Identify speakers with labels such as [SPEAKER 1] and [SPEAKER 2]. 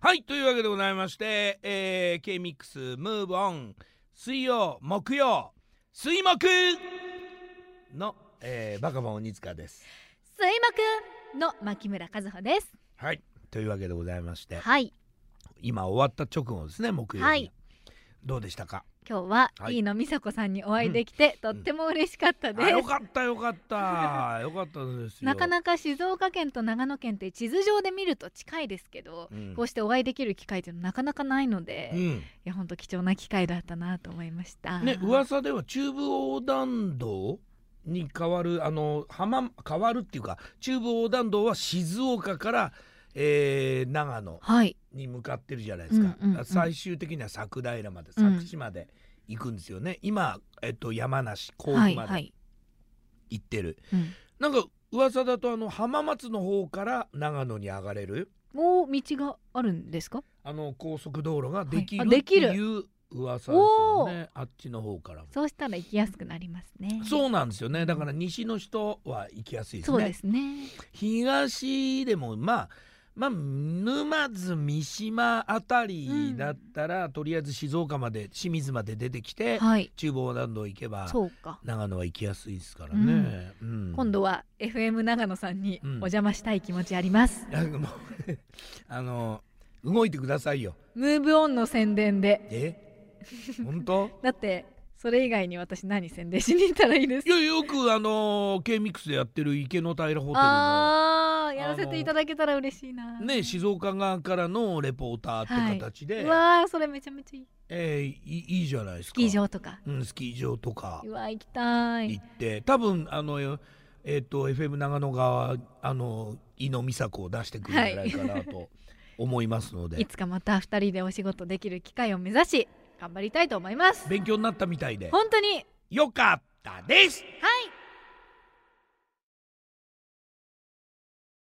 [SPEAKER 1] はいというわけでございまして、えー、K-MIX ムーブオン水曜木曜水木の、えー、バカボン鬼塚です
[SPEAKER 2] 水木の牧村和穂です。
[SPEAKER 1] はいというわけでございまして
[SPEAKER 2] はい、
[SPEAKER 1] 今終わった直後ですね木曜日、
[SPEAKER 2] はい
[SPEAKER 1] どうでしたか
[SPEAKER 2] 今日は
[SPEAKER 1] はい
[SPEAKER 2] 飯野美佐子さんにお会いできて、
[SPEAKER 1] ん
[SPEAKER 2] とっても嬉しかったで
[SPEAKER 1] あ
[SPEAKER 2] す。
[SPEAKER 1] よかったよかった よかったですよ
[SPEAKER 2] なかなか静岡県と長野県って地図上で見ると近いですけど、
[SPEAKER 1] うん
[SPEAKER 2] こうしてお会いできる機会っていうのはなかなかないので、
[SPEAKER 1] う
[SPEAKER 2] い
[SPEAKER 1] ん
[SPEAKER 2] や本当貴重な機会だったなと思いました。
[SPEAKER 1] ね噂では中部横断道に変わるあの浜変わるっていうか中部横断道は静岡から、えー長野
[SPEAKER 2] はい、
[SPEAKER 1] に向かってるじゃないですか、
[SPEAKER 2] うんうんうん
[SPEAKER 1] 最終的には桜平まで
[SPEAKER 2] うん
[SPEAKER 1] 佐久市まで行くんですよね、今、えっと、山梨甲府
[SPEAKER 2] はい、
[SPEAKER 1] ま
[SPEAKER 2] は
[SPEAKER 1] で
[SPEAKER 2] い、
[SPEAKER 1] 行ってる、
[SPEAKER 2] うん
[SPEAKER 1] なんか噂だとあの浜松の方から長野に上がれる
[SPEAKER 2] もう道があるんですか？
[SPEAKER 1] あの高速道路ができる
[SPEAKER 2] は
[SPEAKER 1] っ
[SPEAKER 2] いあで
[SPEAKER 1] て
[SPEAKER 2] きる
[SPEAKER 1] いう噂ですよね、あっちの方からも。
[SPEAKER 2] そうしたら行きやすくなりますね。
[SPEAKER 1] そうなんですよね。だから西の人は行きやすいです
[SPEAKER 2] そう
[SPEAKER 1] ね。
[SPEAKER 2] ですね。
[SPEAKER 1] 東でもまあまあ沼津三島あたりだったら、とりあえず静岡まで清水まで出てきて、
[SPEAKER 2] はい、
[SPEAKER 1] 中房南道行けば
[SPEAKER 2] そうか。
[SPEAKER 1] 長野は行きやすいですからね。うん
[SPEAKER 2] 今度は FM 長野さんに
[SPEAKER 1] う
[SPEAKER 2] お
[SPEAKER 1] ん
[SPEAKER 2] 邪魔したい気持ちあります、
[SPEAKER 1] あのもう あの動いてくださいよ。
[SPEAKER 2] ムーブオンの宣伝で
[SPEAKER 1] え本当
[SPEAKER 2] だってそれ以外に私何宣伝しに行ったらいいです
[SPEAKER 1] いやよくあの K ミックスでやってる池の平ホテルの。
[SPEAKER 2] ああやらせていただけたら嬉しいな
[SPEAKER 1] ね、静岡側からのレポーターって形で、
[SPEAKER 2] うわーそれめちゃめちゃいい
[SPEAKER 1] えーいいいいじゃないです
[SPEAKER 2] ス
[SPEAKER 1] か
[SPEAKER 2] キー場とか
[SPEAKER 1] うん、スキー場とか
[SPEAKER 2] うわー行きたい
[SPEAKER 1] 行って多分あのええっと FM 長野側あの井野美佐子を出してくるんじゃないかなと思いますので、
[SPEAKER 2] いつかまた二人でお仕事できる機会を目指し頑張りたいと思います
[SPEAKER 1] 勉強になったみたいで
[SPEAKER 2] 本当に
[SPEAKER 1] よかったです
[SPEAKER 2] は